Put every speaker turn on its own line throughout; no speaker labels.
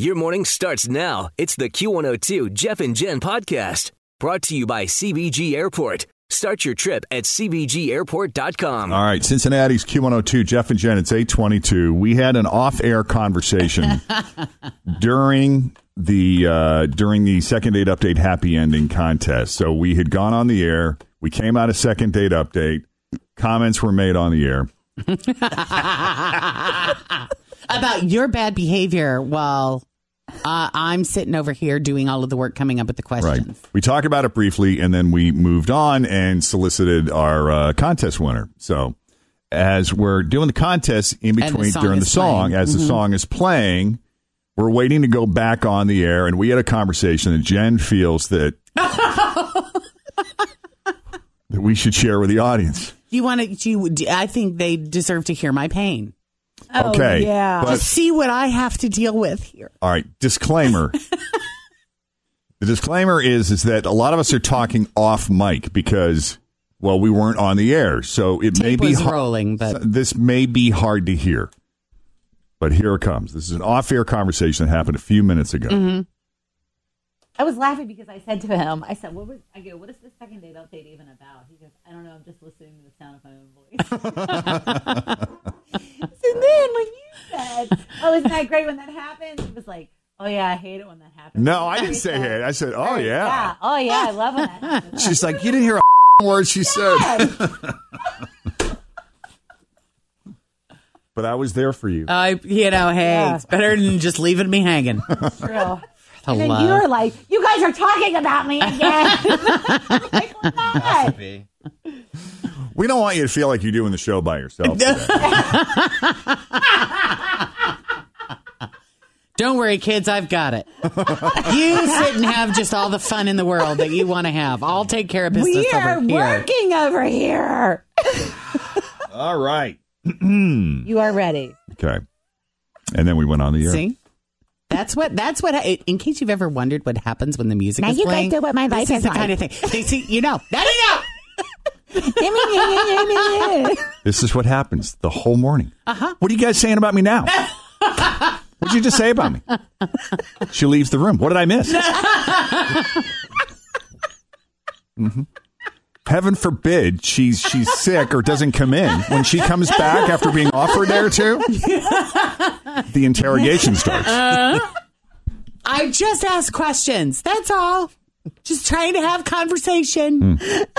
Your morning starts now. It's the Q102 Jeff and Jen podcast brought to you by CBG Airport. Start your trip at CBGAirport.com.
All right, Cincinnati's Q102, Jeff and Jen, it's 822. We had an off-air conversation during the uh, during the second date update happy ending contest. So we had gone on the air. We came out of second date update. Comments were made on the air.
about your bad behavior while uh, I'm sitting over here doing all of the work coming up with the
Right.
questions.
We talked about it briefly, and then we moved on and solicited our uh, contest winner. So as we're doing the contest in
the
between
song
during the
is
song,
playing. Mm-hmm.
as the song is playing, we're waiting to go back on the air, and we had a conversation, and Jen feels that that we should share with the audience.
Do you want to? Do you, do, I think they deserve to hear my pain. Oh,
okay. Yeah.
Just see what I have to deal with here.
All right, disclaimer. the disclaimer is is that a lot of us are talking off mic because well, we weren't on the air, so it may
Tape
be
was
har-
rolling, but-
this may be hard to hear. But here it comes. This is an off-air conversation that happened a few minutes ago.
I was laughing because I said to him, I said, "What was?" I go, "What is this second date update even about?" He goes, "I don't know. I'm just listening to the sound of my own voice." and then when you said, "Oh, isn't that great when that happens?" He was like, "Oh yeah, I hate it when that happens."
No, I
He
didn't say
said,
it. I said, "Oh
"Or,
yeah."
Oh yeah, I love when that happens.
She's like, "You didn't hear a word she said." but I was there for you.
I, you know, hey, it's better than just leaving me hanging.
It's real.
I
And then
love-
you were like, "You guys are talking about me again." like, "We're not."
We don't want you to feel like you're doing the show by yourself. today.
Don't worry, kids, I've got it. you sit and have just all the fun in the world that you want to have. I'll take care of business
We are
over here.
working over here.
All right.
You are ready.
Okay. And then we went on the air.
See? That's what. That's what. I, in case you've ever wondered what happens when the music
Now
is
you guys
playing,
do what my
this
life
is
is
the
like.
kind of thing. They see, you know, that enough.
This is what happens the whole morning. Uh-huh. What are you guys saying about me now? What'd you just say about me? She leaves the room. What did I miss? Mhm. Heaven forbid she's she's sick or doesn't come in. When she comes back after being off for a day or two, the interrogation starts.
I just ask questions. That's all. Just trying to have conversation.
Hmm.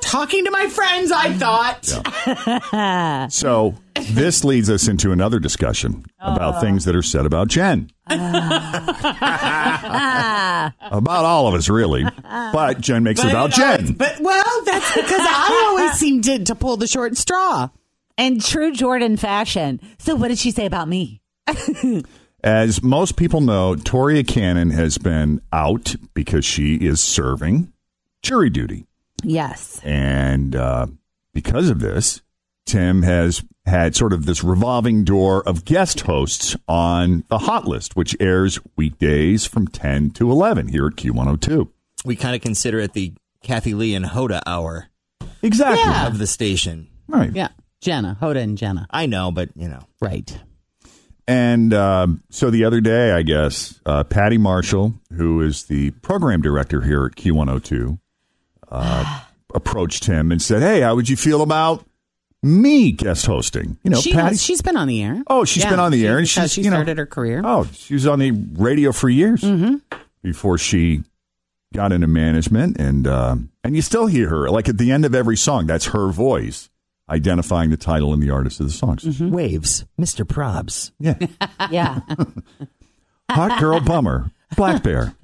Talking to my friends, I thought.
So this leads us into another discussion about things that are said about Jen. about all of us, really. But Jen makes it about
But it always-
Jen.
But well, that's because I always seem to, to pull the short straw.
In true Jordan fashion. So, what did she say about me?
As most people know, Toria Cannon has been out because she is serving jury duty.
Yes.
And uh, because of this, Tim has had sort of this revolving door of guest hosts on the Hot List, which airs weekdays from 10 to 11 here at Q102.
we kind of consider it the Kathy Lee and Hoda hour
Exactly.
Yeah.
of the station.
Right.
Yeah. Jenna, Hoda and Jenna.
I know, but you know,
Right.
And um, so the other day, I guess, uh, Patty Marshall, who is the program director here at Q102, uh, approached him and said, Hey, how would you feel about me guest hosting. You know,
she
Patty.
has, she's been on the air.
Oh, she's
Yeah,
been on the
she-
air, and
that's how
she's
she
you know,
started her career. Mm-hmm.
Oh, she was on the radio for years before she got into management, and um, and you still hear her like at the end of every song. That's her voice identifying the title and the artist of the songs.
Mm-hmm.
Waves, Mr. Probs.
Yeah,
Yeah.
hot girl bummer, black bear.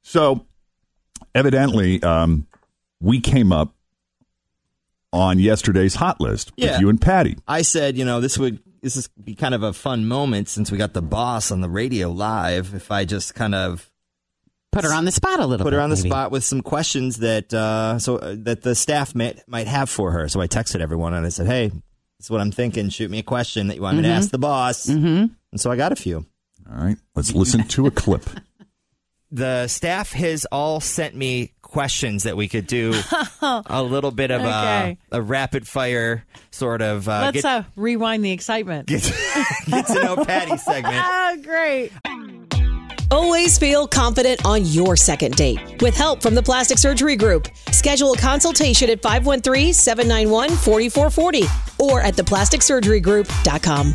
So evidently, um, we came up on yesterday's hot list
Yeah.
with you and Patty.
I said, you know, this would this is be kind of a fun moment since we got the boss on the radio live. If I just kind of
Put her on the spot a little.
put her
bit,
on the
maybe.
spot with some questions that uh, so uh, that the staff might might have for her. So I texted everyone and I said, "Hey, this is what I'm thinking. Shoot me a question that you want me to ask the boss." Mm-hmm. And so I got a few.
All right, let's listen to a clip.
The staff has all sent me questions that we could do a little bit of
Okay.
a, a rapid fire sort of uh,
Let's
get,
uh, rewind the excitement.
get to know Patty segment.
Oh,
Ah, great.
Always feel confident on your second date. With help from the Plastic Surgery Group, schedule a consultation at 513-791-4440 or at theplasticsurgerygroup.com.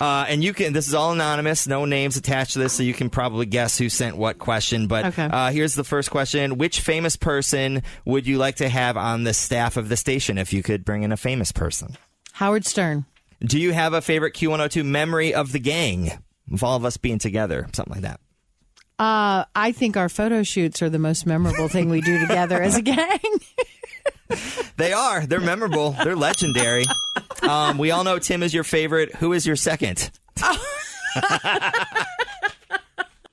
Uh, and you can, this is all anonymous, no names attached to this, so you can probably guess who sent what question. But
Okay.
uh, here's the first question Which famous person would you like to have on the staff of the station if you could bring in a famous person?
Howard Stern.
Do you have a favorite Q102 memory of the gang? Of all of us being together, something like that.
Uh, I think our photo shoots are the most memorable thing we do together as a gang.
They are. They're memorable. They're legendary. Um, we all know Tim is your favorite. Who is your second?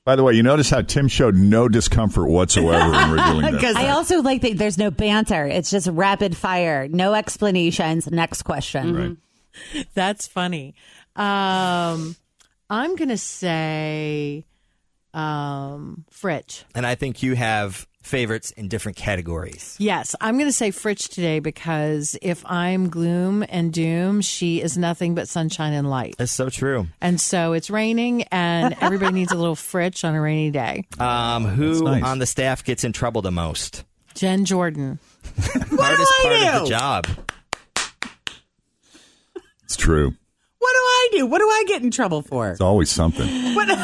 By the way, you notice how Tim showed no discomfort whatsoever when revealing that.
I also like that there's no banter. It's just rapid fire, no explanations. Next question.
That's funny. Um, I'm going to say um, Fritch.
And I think you have favorites in different categories.
Yes, I'm going to say Fritch today because if I'm gloom and doom, she is nothing but sunshine and light.
That's so true.
And so it's raining, and everybody needs a little Fritch on a rainy day.
Um, who
nice.
on the staff gets in trouble the most?
Jen Jordan.
hardest
do I
part of the
do?
job.
It's true.
What do I do? What do I get in trouble for?
It's always something. Usually,
What am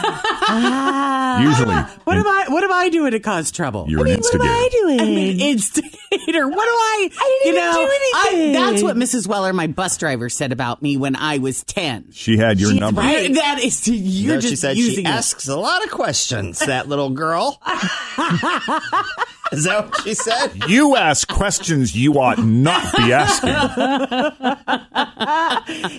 I? What am I doing to cause trouble?
you're an instigator.
doing?
I'm an instigator. What do I?
I didn't
you
even
know,
do anything.
I, that's what Mrs. Weller, my bus driver, said about me when I was ten.
She had your number.
You're- That is, you're
No,
just
she said
using
she
it.
asks a lot of questions. That little girl. Is that what she said?
You ask questions you ought not be asking.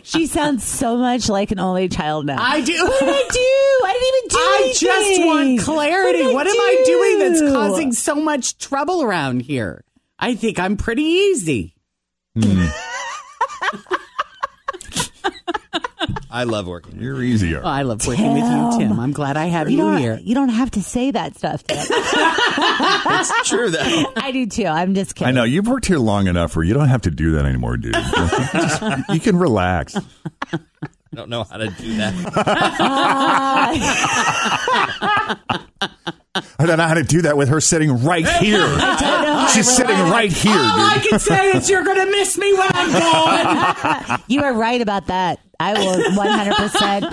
She sounds so much like an only child now.
I do.
What did I do? I didn't even do
I
anything.
just want clarity.
What did I
What, am I doing that's
do?
causing so much trouble around here? I think I'm pretty easy.
I love working.
You're easier.
Oh, I love working with you, Tim. I'm glad I have
You
you,
don't,
here.
you don't have to say that stuff. Dan.
It's true though.
I do too. I'm just kidding.
I know you've worked here long enough where you don't have to do that anymore, dude. Just- you can relax.
I don't know how to do that.
Uh,
I don't know how to do that with her sitting right here. She's sitting right here,
Oh,
All I
dude.
can say is you're going to miss me when I'm gone.
You are right about that. I will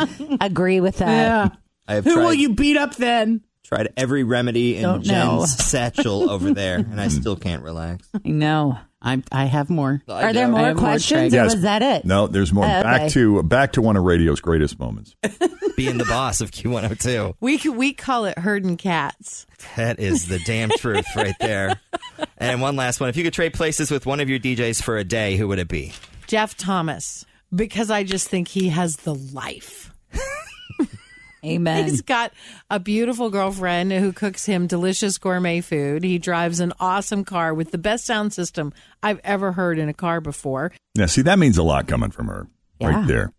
100% agree with that.
I have
Who
tried,
will you beat up then?
tried every remedy in
Don't know.
Jen's satchel over there, and I still can't relax.
I know.
I'm, I have more.
I
Are there
know.
I
more
have more
questions?
trade.
or
Yes.
was that it?
No, there's more.
Oh, okay.
Back to back to one of radio's greatest moments.
Being the boss of Q102.
We c- we call it herding cats.
That is the damn truth right there. And one last one. If you could trade places with one of your DJs for a day, who would it be?
Jeff Thomas because I just think he has the life.
Amen.
He's got a beautiful girlfriend who cooks him delicious gourmet food. He drives an awesome car with the best sound system I've ever heard in a car before.
Yeah, see, that means a lot coming from her
Yeah.
right there.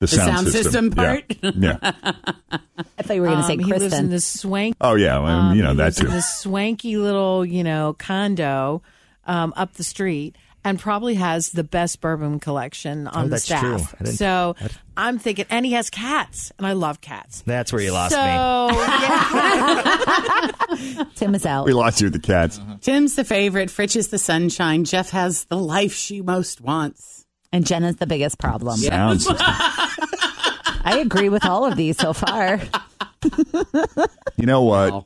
The,
sound system part?
Yeah. yeah.
I thought you were going to
Um,
say
he lives in
Kristen.
this swank.
Oh, yeah. well,
um,
you know,
he
that
lives in
too.
This swanky little, you know, condo um, up the street, and probably has the best bourbon collection on
Oh,
the
that's
staff.
true. I didn't-
So I'm thinking, and he has cats, and I love cats.
That's where you lost
so,
me.
Tim is out.
We lost you with the cats.
Tim's the favorite. Fritch is the sunshine. Jeff has the life she most wants.
And Jenna's the biggest problem.
Sound system.
I agree with all of these so far.
You know what?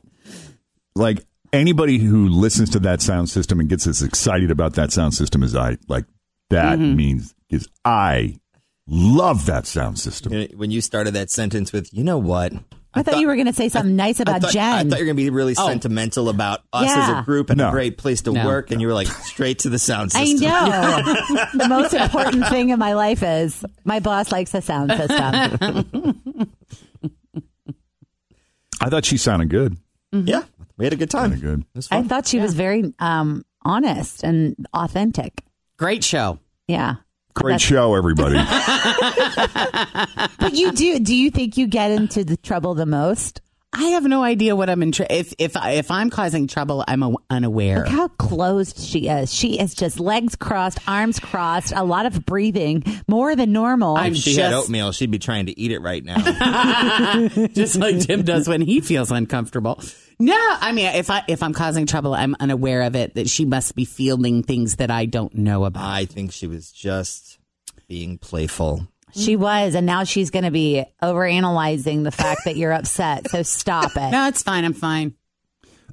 Like anybody who listens to that sound system and gets as excited about that sound system as I, like that
Mm-hmm.
means is I love that sound system.
You know, When you started that sentence with, you know what?
I thought you were going to say something nice
I
about
thought, I
Jen.
thought you were going to be really
Oh.
sentimental about us as
Yeah.
a group and
No.
a great place to
No.
work, and you were like straight to the sound
I
system.
know. the most important thing in my life is my boss likes the sound system.
I thought she sounded good.
Yeah, we had a good time.
Sounded good.
It was
I
fun.
thought she was very um, honest and authentic.
Great show.
Yeah.
Great show, everybody.
But you do. Do you think you get into the trouble the most?
I have no idea what I'm in. Tr- if if I, if I'm causing trouble, I'm a, unaware.
Look how closed she is. She is just legs crossed, arms crossed, a lot of breathing, more than normal.
I'm
if she
just
had oatmeal, she'd be trying to eat it right now.
just like Tim does when he feels uncomfortable. No, I mean if I if I'm causing trouble, I'm unaware of it. That she must be feeling things that I don't know about.
I think she was just being playful.
she was, and now she's going to be overanalyzing the fact that you're upset. So stop it.
No, it's fine. I'm fine.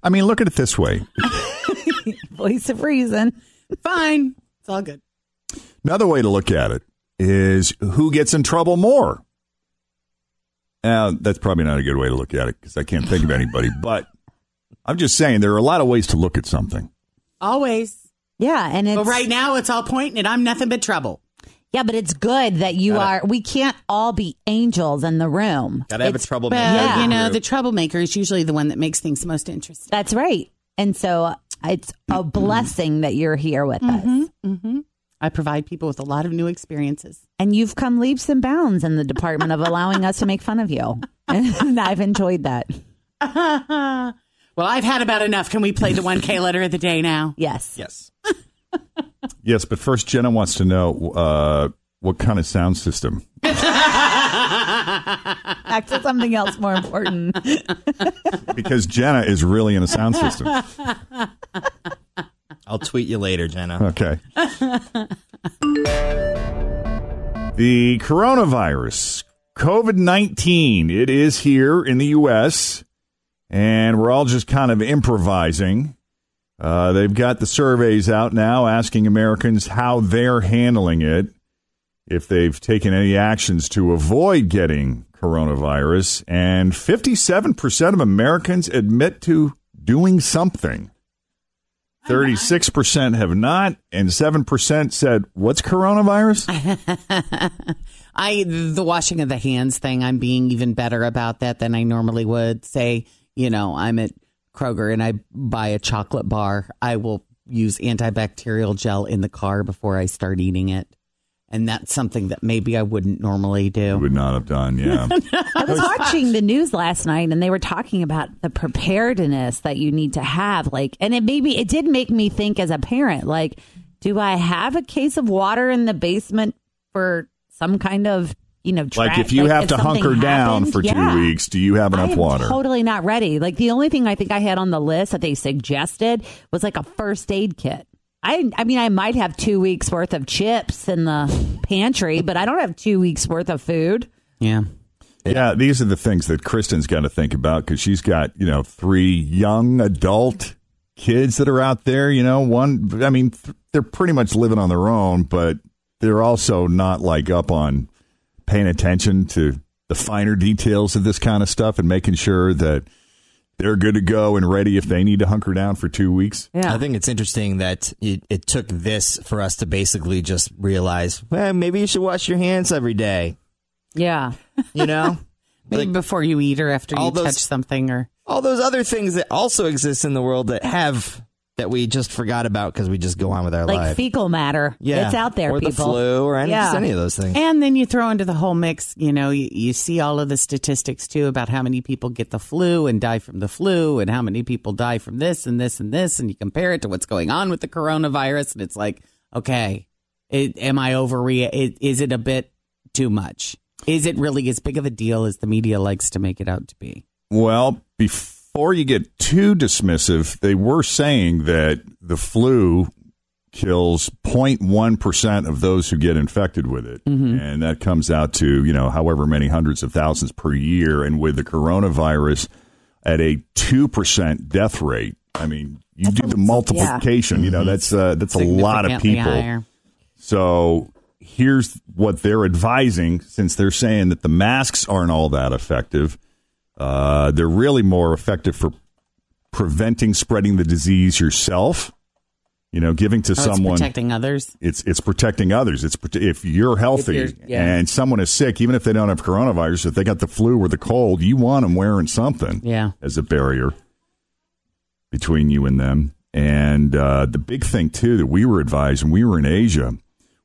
I mean, look at it this way.
Voice of reason.
Fine. It's all good.
Another way to look at it is who gets in trouble more. Now, that's probably not a good way to look at it because I can't think of anybody. But I'm just saying there are a lot of ways to look at something.
Always.
Yeah, and it's
But right now, it's all pointing at I'm nothing but trouble.
Yeah, but it's good that you are. We can't all be angels in the room.
Gotta have
It's-
a troublemaker.
Well,
Yeah.
you know, the
group.
troublemaker is usually the one that makes things most interesting.
That's right. And so it's a blessing that you're here with us.
I provide people with a lot of new experiences.
And you've come leaps and bounds in the department of allowing us to make fun of you. And I've enjoyed that.
well, I've had about enough. Can we play the one K letter of the day now?
Yes.
yes.
Yes, but first, Jenna wants to know uh, what kind of sound system.
Back to something else more important.
because Jenna is really in a sound system.
I'll tweet you later, Jenna.
Okay. The coronavirus, COVID 19, it is here in the U.S., and we're all just kind of improvising. Uh, they've got the surveys out now asking Americans how they're handling it, if they've taken any actions to avoid getting coronavirus, and 57% of Americans admit to doing something. 36% have not, and 7% said, What's coronavirus?
I the washing of the hands thing. I'm being even better about that than I normally would. Say, you know, I'm at Kroger and I buy a chocolate bar. I will use antibacterial gel in the car before I start eating it, and that's something that maybe I wouldn't normally
I
do.
would not have done, yeah.
I was watching the news last night and they were talking about the preparedness that you need to have. Like, and it maybe it did make me think as a parent, like, do I have a case of water in the basement for some kind of, you know,
like
dra-
if you have to
something
hunker down
happened?
for
Yeah.
two weeks, do you have
I
enough
am
water?
Totally not ready. Like the only thing I think I had on the list that they suggested was like a first aid kit. I, I mean, I might have two weeks worth of chips in the pantry, but I don't have two weeks worth of food.
Yeah.
yeah, these are the things that Kristen's got to think about because she's got, you know, three young adult kids that are out there. You know, one, I mean, th- they're pretty much living on their own, but they're also not like up on paying attention to the finer details of this kind of stuff and making sure that they're good to go and ready if they need to hunker down for two weeks.
I think it's interesting that it, it took this for us to basically just realize, well, maybe you should wash your hands every day.
Yeah.
You know,
Maybe before you eat or after
All
you
those-
touch something or
all those other things that also exist in the world that have that we just forgot about because we just go on with our
like
life.
fecal matter.
yeah,
it's out there,
or
people.
the flu, or any, just any of those things.
And then you throw into the whole mix, you know, you, you see all of the statistics too about how many people get the flu and die from the flu and how many people die from this and this and this. And you compare it to what's going on with the coronavirus. And it's like, okay, it, am I overrea It, is it a bit too much? Is it really as big of a deal as the media likes to make it out to be?
Well, before you get too dismissive, they were saying that the flu kills 0.1% of those who get infected with it.
Mm-hmm.
And that comes out to, you know, however many hundreds of thousands per year. And with the coronavirus at a 2% death rate, I mean, you do the multiplication, you know, that's uh, that's a lot of
Significantly
people.
higher. Oh,
So here's what they're advising since they're saying that the masks aren't all that effective. Uh, they're really more effective for preventing spreading the disease yourself. You know, giving to
Oh, it's
someone
protecting others.
it's it's protecting others. It's prote- if you're healthy
If you're- yeah.
and someone is sick, even if they don't have coronavirus, if they got the flu or the cold, you want them wearing something
Yeah.
as a barrier between you and them. And uh, the big thing too that we were advised when we were in Asia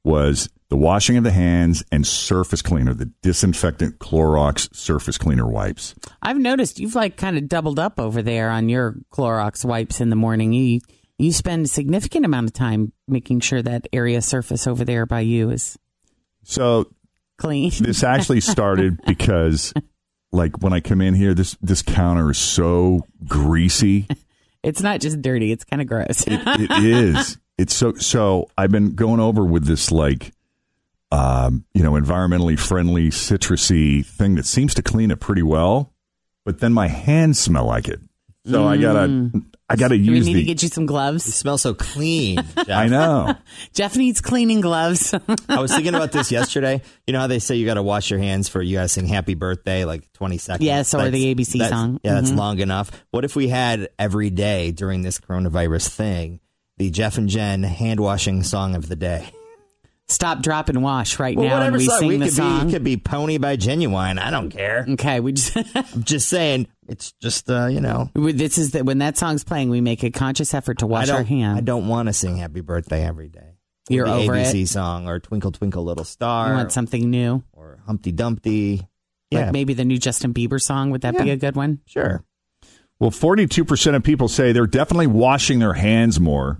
was the washing of the hands and surface cleaner, the disinfectant Clorox surface cleaner wipes.
I've noticed you've like kind of doubled up over there on your Clorox wipes in the morning. You you spend a significant amount of time making sure that area surface over there by you is
So
clean.
this actually started because, like, when I come in here, this this counter is so greasy.
It's not just dirty; it's kind of gross.
it is. It's so so I've been going over with this like um, you know, environmentally friendly citrusy thing that seems to clean it pretty well, but then my hands smell like it. So I gotta I gotta
Mm. Do we
use
need to
the
get you some
You
gloves?
smell so clean. Jeff.
I know.
Jeff needs cleaning gloves.
I was thinking about this yesterday. You know how they say you got to wash your hands for you guys sing "Happy Birthday" like twenty seconds.
Yes, or
That's-
the ABC
that's-
song. Mm-hmm.
Yeah, that's long enough. What if we had every day during this coronavirus thing the Jeff and Jen hand washing song of the day?
Stop, drop, and wash right
Well,
now, and
whatever
we
song
sing
we
the
could be,
song.
it could be "Pony" by Genuine. I don't care.
Okay, we just.
I'm just saying, it's just uh, you know.
this is that when that song's playing, we make a conscious effort to wash
I don't,
our hands.
I don't want to sing "Happy Birthday" every day.
You're
the
over
ABC
it.
song or "Twinkle Twinkle Little
You
Star"
want something new?
or "Humpty Dumpty."
Like maybe the new Justin Bieber song. Would that be
Yeah.
a good one?
sure.
Well, 42% of people say they're definitely washing their hands more.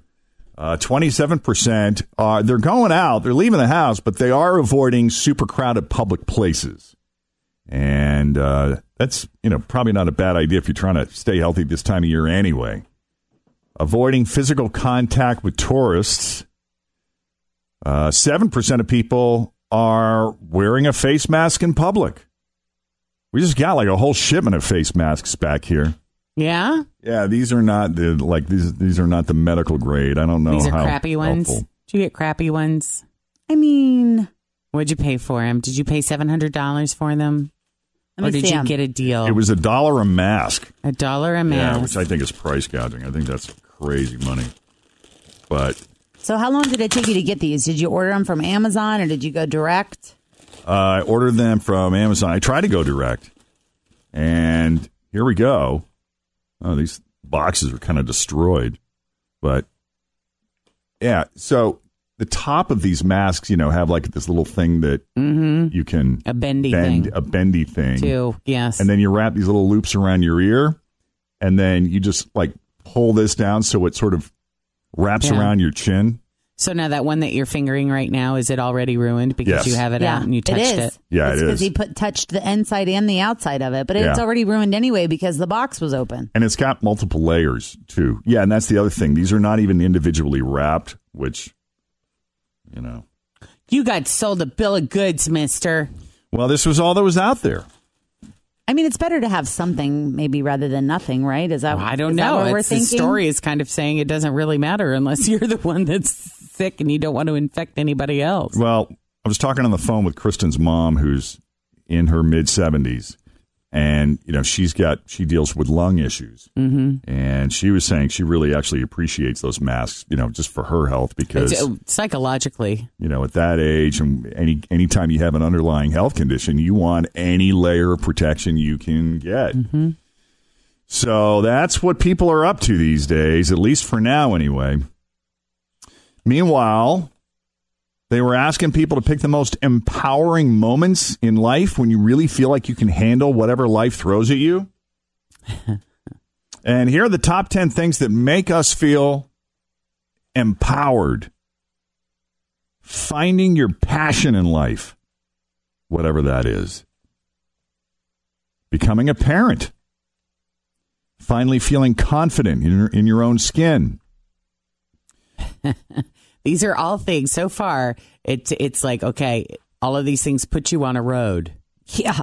Uh, 27% are they're going out, they're leaving the house, but they are avoiding super crowded public places. And uh, that's, you know, probably not a bad idea if you're trying to stay healthy this time of year anyway. Avoiding physical contact with tourists. Uh, 7% of people are wearing a face mask in public. We just got like a whole shipment of face masks back here.
Yeah.
Yeah, these are not the like these these are not the medical grade. I don't know
These are
how
crappy ones.
helpful.
Did you get crappy ones?
I mean,
What'd you pay for them? Did you pay seven hundred dollars for them,
Let me
or did
see
you
'em.
get a deal?
It was a dollar a mask.
a dollar a
Yeah,
Oh. mask.
which I think is price gouging. I think that's crazy money. But
so how long did it take you to get these? Did you order them from Amazon or did you go direct?
uh, I ordered them from Amazon. I tried to go direct, and here we go. Oh, these boxes are kind of destroyed, but yeah. So the top of these masks, you know, have like this little thing that
Mm-hmm.
you can
Mm. a bendy
bend
thing
a bendy thing
too. Yes.
and then you wrap these little loops around your ear, and then you just like pull this down so it sort of wraps
Yeah.
around your chin.
so now that one that you're fingering right now is it already ruined because
Yes.
you have it out and uh, you touched
it
it?
is.
Yeah, it
because
is.
he put touched the inside and the outside of it, but it's
Yeah.
already ruined anyway because the box was open.
And it's got multiple layers too. Yeah, and that's the other thing. These are not even individually wrapped, which you know.
You got sold a bill of goods, Mister.
Well, this was all that was out there.
I mean, it's better to have something maybe rather than nothing, right? Is that
I don't
is that
know.
what we're
It's- the
thinking?
story is kind of saying it doesn't really matter unless you're the one that's sick and you don't want to infect anybody else.
Well, I was talking on the phone with Kristen's mom, who's in her mid 70s, and you know she's got she deals with lung issues, mm-hmm. and she was saying she really actually appreciates those masks, you know, just for her health because
It's, uh, psychologically,
you know at that age and any anytime you have an underlying health condition, you want any layer of protection you can get. So that's what people are up to these days, at least for now, anyway. Meanwhile, they were asking people to pick the most empowering moments in life when you really feel like you can handle whatever life throws at you. and here are the top 10 things that make us feel empowered. Finding your passion in life, whatever that is. Becoming a parent. Finally, feeling confident in your, in your own skin.
these are all things. So far, it's it's like okay, all of these things put you on a road.
Yeah.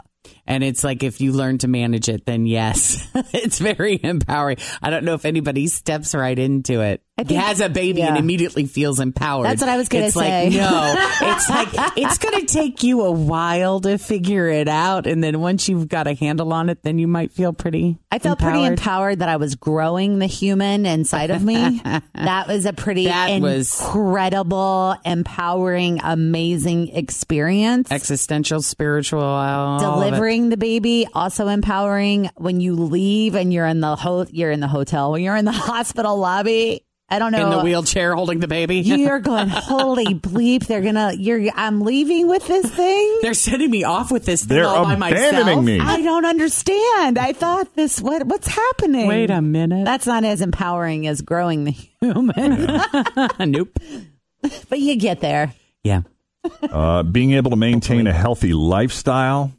And it's like if you learn to manage it, then yes, it's very empowering. I don't know if anybody steps right into it.
I think-
has a baby and
yeah.
immediately feels empowered.
That's what I was gonna
It's
say.
Like, no, it's like it's going to take you a while to figure it out, and then once you've got a handle on it, then you might feel pretty.
I felt pretty empowered that I was growing the human inside of me. that was a pretty
That was-
incredible, empowering, amazing experience.
Existential, spiritual, all of it.
delivering the baby also empowering when you leave and you're in the ho- you're in the hotel when you're in the hospital lobby i don't know
in the wheelchair holding the baby.
you're going holy bleep they're gonna you're i'm leaving with this thing
They're sending me off with this thing
They're
all by myself.
abandoning me.
i don't understand i thought this what what's happening
Wait a minute.
that's not as empowering as growing the human
nope.
but you get there
Yeah.
uh, being able to maintain a healthy lifestyle,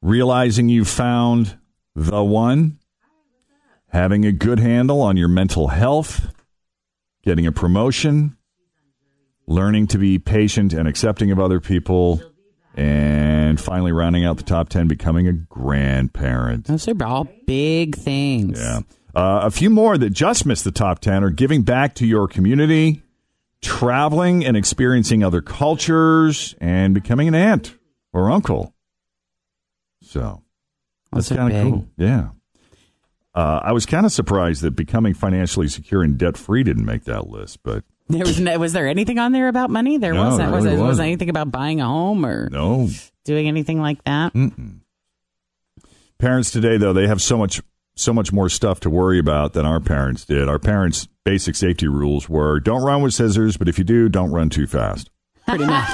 realizing you found the one, having a good handle on your mental health, getting a promotion, learning to be patient and accepting of other people, and finally rounding out the top 10, becoming a grandparent.
Those are all big things.
Yeah. Uh, a few more that just missed the top 10 are giving back to your community, traveling and experiencing other cultures, and becoming an aunt or uncle. So that's
Those are
kind of
big.
cool. Yeah. Uh, I was kind of surprised that becoming financially secure and debt free didn't make that list, but
There was no, was there anything on there about money? There
No,
wasn't.
there
was
really
there was
wasn't.
anything about buying a home or
no.
doing anything like that?
Mm-mm. Parents today, though, they have so much so much more stuff to worry about than our parents did. Our parents' basic safety rules were: don't run with scissors, but if you do, don't run too fast.
Pretty much.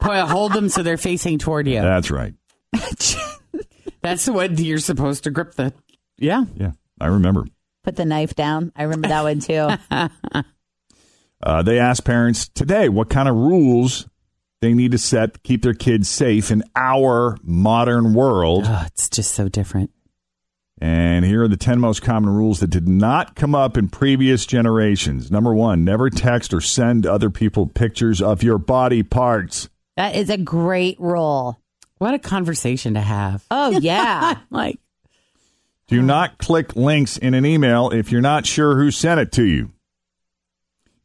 Boy, hold them so they're facing toward you.
That's right.
That's what you're supposed to grip the. Yeah.
Yeah, I remember.
put the knife down i remember that one too
Uh, they asked parents today what kind of rules they need to set to keep their kids safe in our modern world.
Oh, it's just so different.
And here are the 10 most common rules that did not come up in previous generations. Number one, never text or send other people pictures of your body parts.
that is a great role
What a conversation to have.
oh yeah
Like,
Do not click links in an email if you're not sure who sent it to you.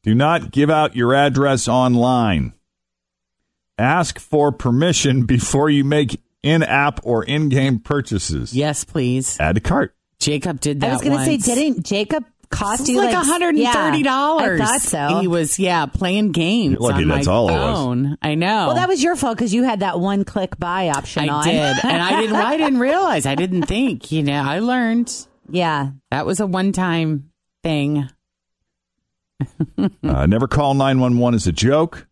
Do not give out your address online. Ask for permission before you make in app or in game purchases.
yes, please.
Add to cart.
Jacob did that.
I was going to say,
once.
didn't Jacob cost
It's
you
like
like
one hundred and thirty dollars.
Yeah, I thought so.
He was yeah playing games.
You're lucky
on
that's
my
all it was.
phone. I know.
well, that was your fault because you had that one click buy option
I
on.
did, and I didn't. I didn't realize. I didn't think. You know, I learned
yeah,
that was a one-time thing.
Uh, never call 911 is a joke.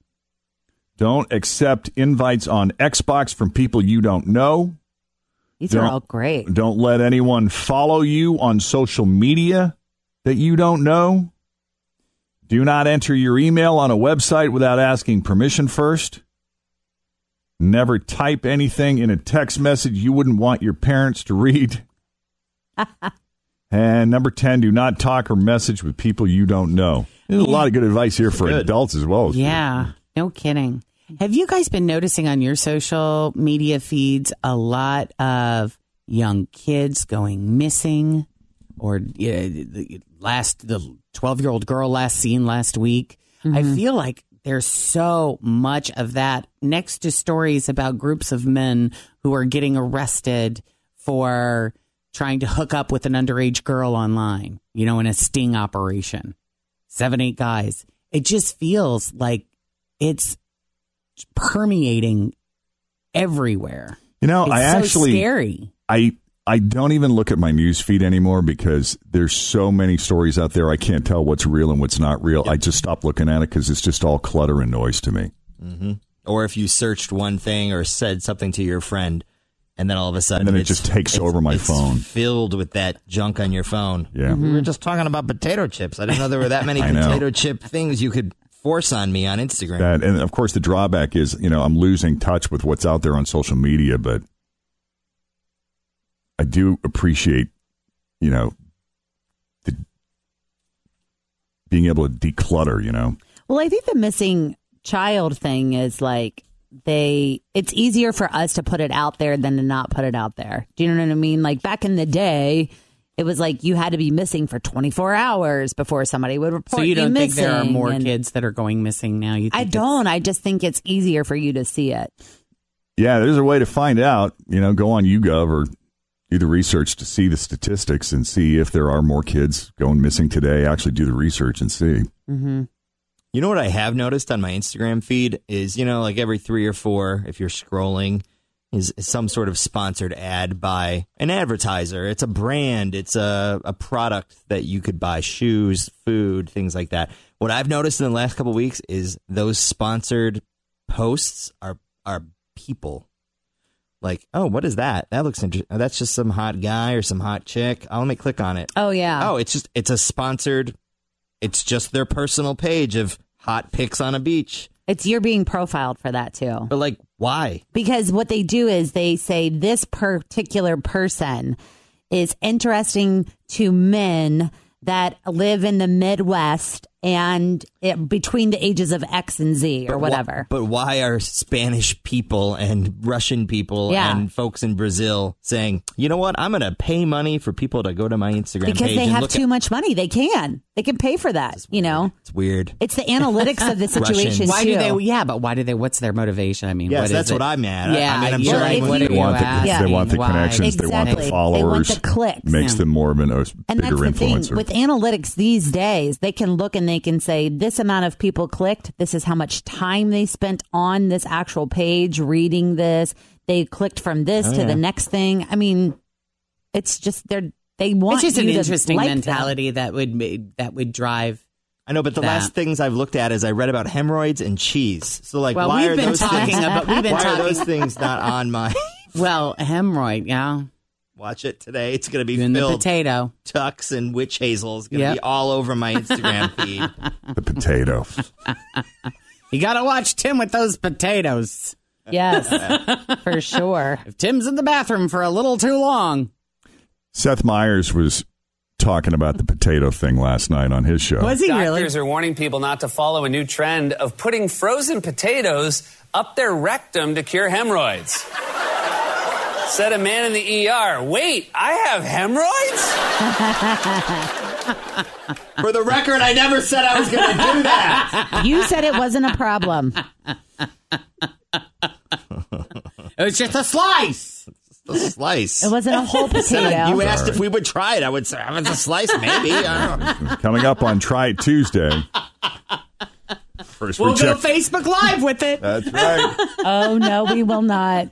Don't accept invites on Xbox from people you don't know.
these
Don't-
are all great.
Don't let anyone follow you on social media that you don't know. Do not enter your email on a website without asking permission first. Never type anything in a text message you wouldn't want your parents to read. and number 10, do not talk or message with people you don't know. There's a lot of good advice here for
Good.
adults as well. as kids.
Yeah, no kidding. Have you guys been noticing on your social media feeds a lot of young kids going missing, or you know, the last the twelve-year-old girl last seen last week? I feel like there's so much of that next to stories about groups of men who are getting arrested for trying to hook up with an underage girl online, you know, in a sting operation. Seven, eight guys. It just feels like it's permeating everywhere.
You
Oh,
know,
It's
I
so
actually
scary.
I I don't even look at my news feed anymore because there's so many stories out there I can't tell what's real and what's not real. I just stop looking at it because it's just all clutter and noise to me.
Or if you searched one thing or said something to your friend, and then all of a sudden,
And then it
it's-
just takes
it's-
over my
it's
phone.
filled with that junk on your phone.
Yeah.
we were just talking about potato chips. I didn't know there were that many
I know.
potato chip things you could force on me on Instagram.
That and of course the drawback is you know I'm losing touch with what's out there on social media, but I do appreciate you know the, being able to declutter. You know,
Well, I think the missing child thing is like they it's easier for us to put it out there than to not put it out there. Do you know what I mean? Like back in the day, it was like you had to be missing for 24 hours before somebody would report
So you don't think
missing.
there are more
and-
kids that are going missing now? You
I
think it's-
don't. I just think it's easier for you to see it.
yeah, there's a way to find out. You know, go on YouGov or do the research to see the statistics and see if there are more kids going missing today. Actually, do the research and see.
You know what I have noticed on my Instagram feed is, you know, like every three or four, if you're scrolling, is some sort of sponsored ad by an advertiser. It's a brand, it's a, a product that you could buy shoes, food, things like that. What I've noticed in the last couple weeks is those sponsored posts are are people. Like, oh, what is that? That looks interesting. that's just some hot guy or some hot chick. Oh, let me click on it.
Oh yeah.
Oh, it's just it's a sponsored. It's just their personal page of hot pics on a beach.
It's you're being profiled for that too.
But like, why?
Because what they do is they say this particular person is interesting to men that live in the Midwest and it, between the ages of X and Z or
But wh-
whatever.
but why are Spanish people and Russian people
Yeah.
and folks in Brazil saying, you know what? I'm going to pay money for people to go to my Instagram
Because
page
they
and
have
look
too
at-
much money. They can. They can pay for that, you know?
It's weird.
It's the analytics of the situation.
Russians.
Why do
too.
they? Yeah, but why do they? What's their motivation? I mean,
Yes,
what is
that's
it?
what I'm at. I-
Yeah,
I mean, I'm
you're
sure
like,
anyone
what
could
are
they
you
want the
asking?
they want the
Why?
connections. They want
Exactly.
the
They
followers.
want the clicks.
Makes
Yeah.
them more of an a bigger
And that's the
influencer.
thing with analytics these days, they can look and they can say this amount of people clicked, this is how much time they spent on this actual page reading this, they clicked from this
Oh,
to the next thing. I mean, it's just they're they want
It's just an
you to
interesting
like them.
mentality that would ma- that would drive.
I know, but the
That.
last things I've looked at is I read about hemorrhoids and cheese. So like,
well,
why
we've
are
been
those
talking
things?
about we've been
why are
talking.
those things not on my
well, hemorrhoid. Yeah,
watch it today? It's going to be
you and the
filled.
potato.
Tucks and witch hazels going to
Yep.
be all over my Instagram feed.
the potato.
You got to watch Tim with those potatoes.
Yes, for sure.
If Tim's in the bathroom for a little too long,
Seth Meyers was talking about the potato thing last night on his show.
was he really?
Doctors are warning people not to follow a new trend of putting frozen potatoes up their rectum to cure hemorrhoids. Said a man in the ER, wait, I have hemorrhoids?
For the record, I never said I was going to do that.
You said it wasn't a problem.
It was just a slice.
The slice.
It wasn't a whole potato.
You asked if we would try it. I would say, "Ah, it's a slice, maybe. I don't know.
Coming up on Try It Tuesday. First
We'll go
reject-
Facebook Live with it.
That's right.
oh no, we will not.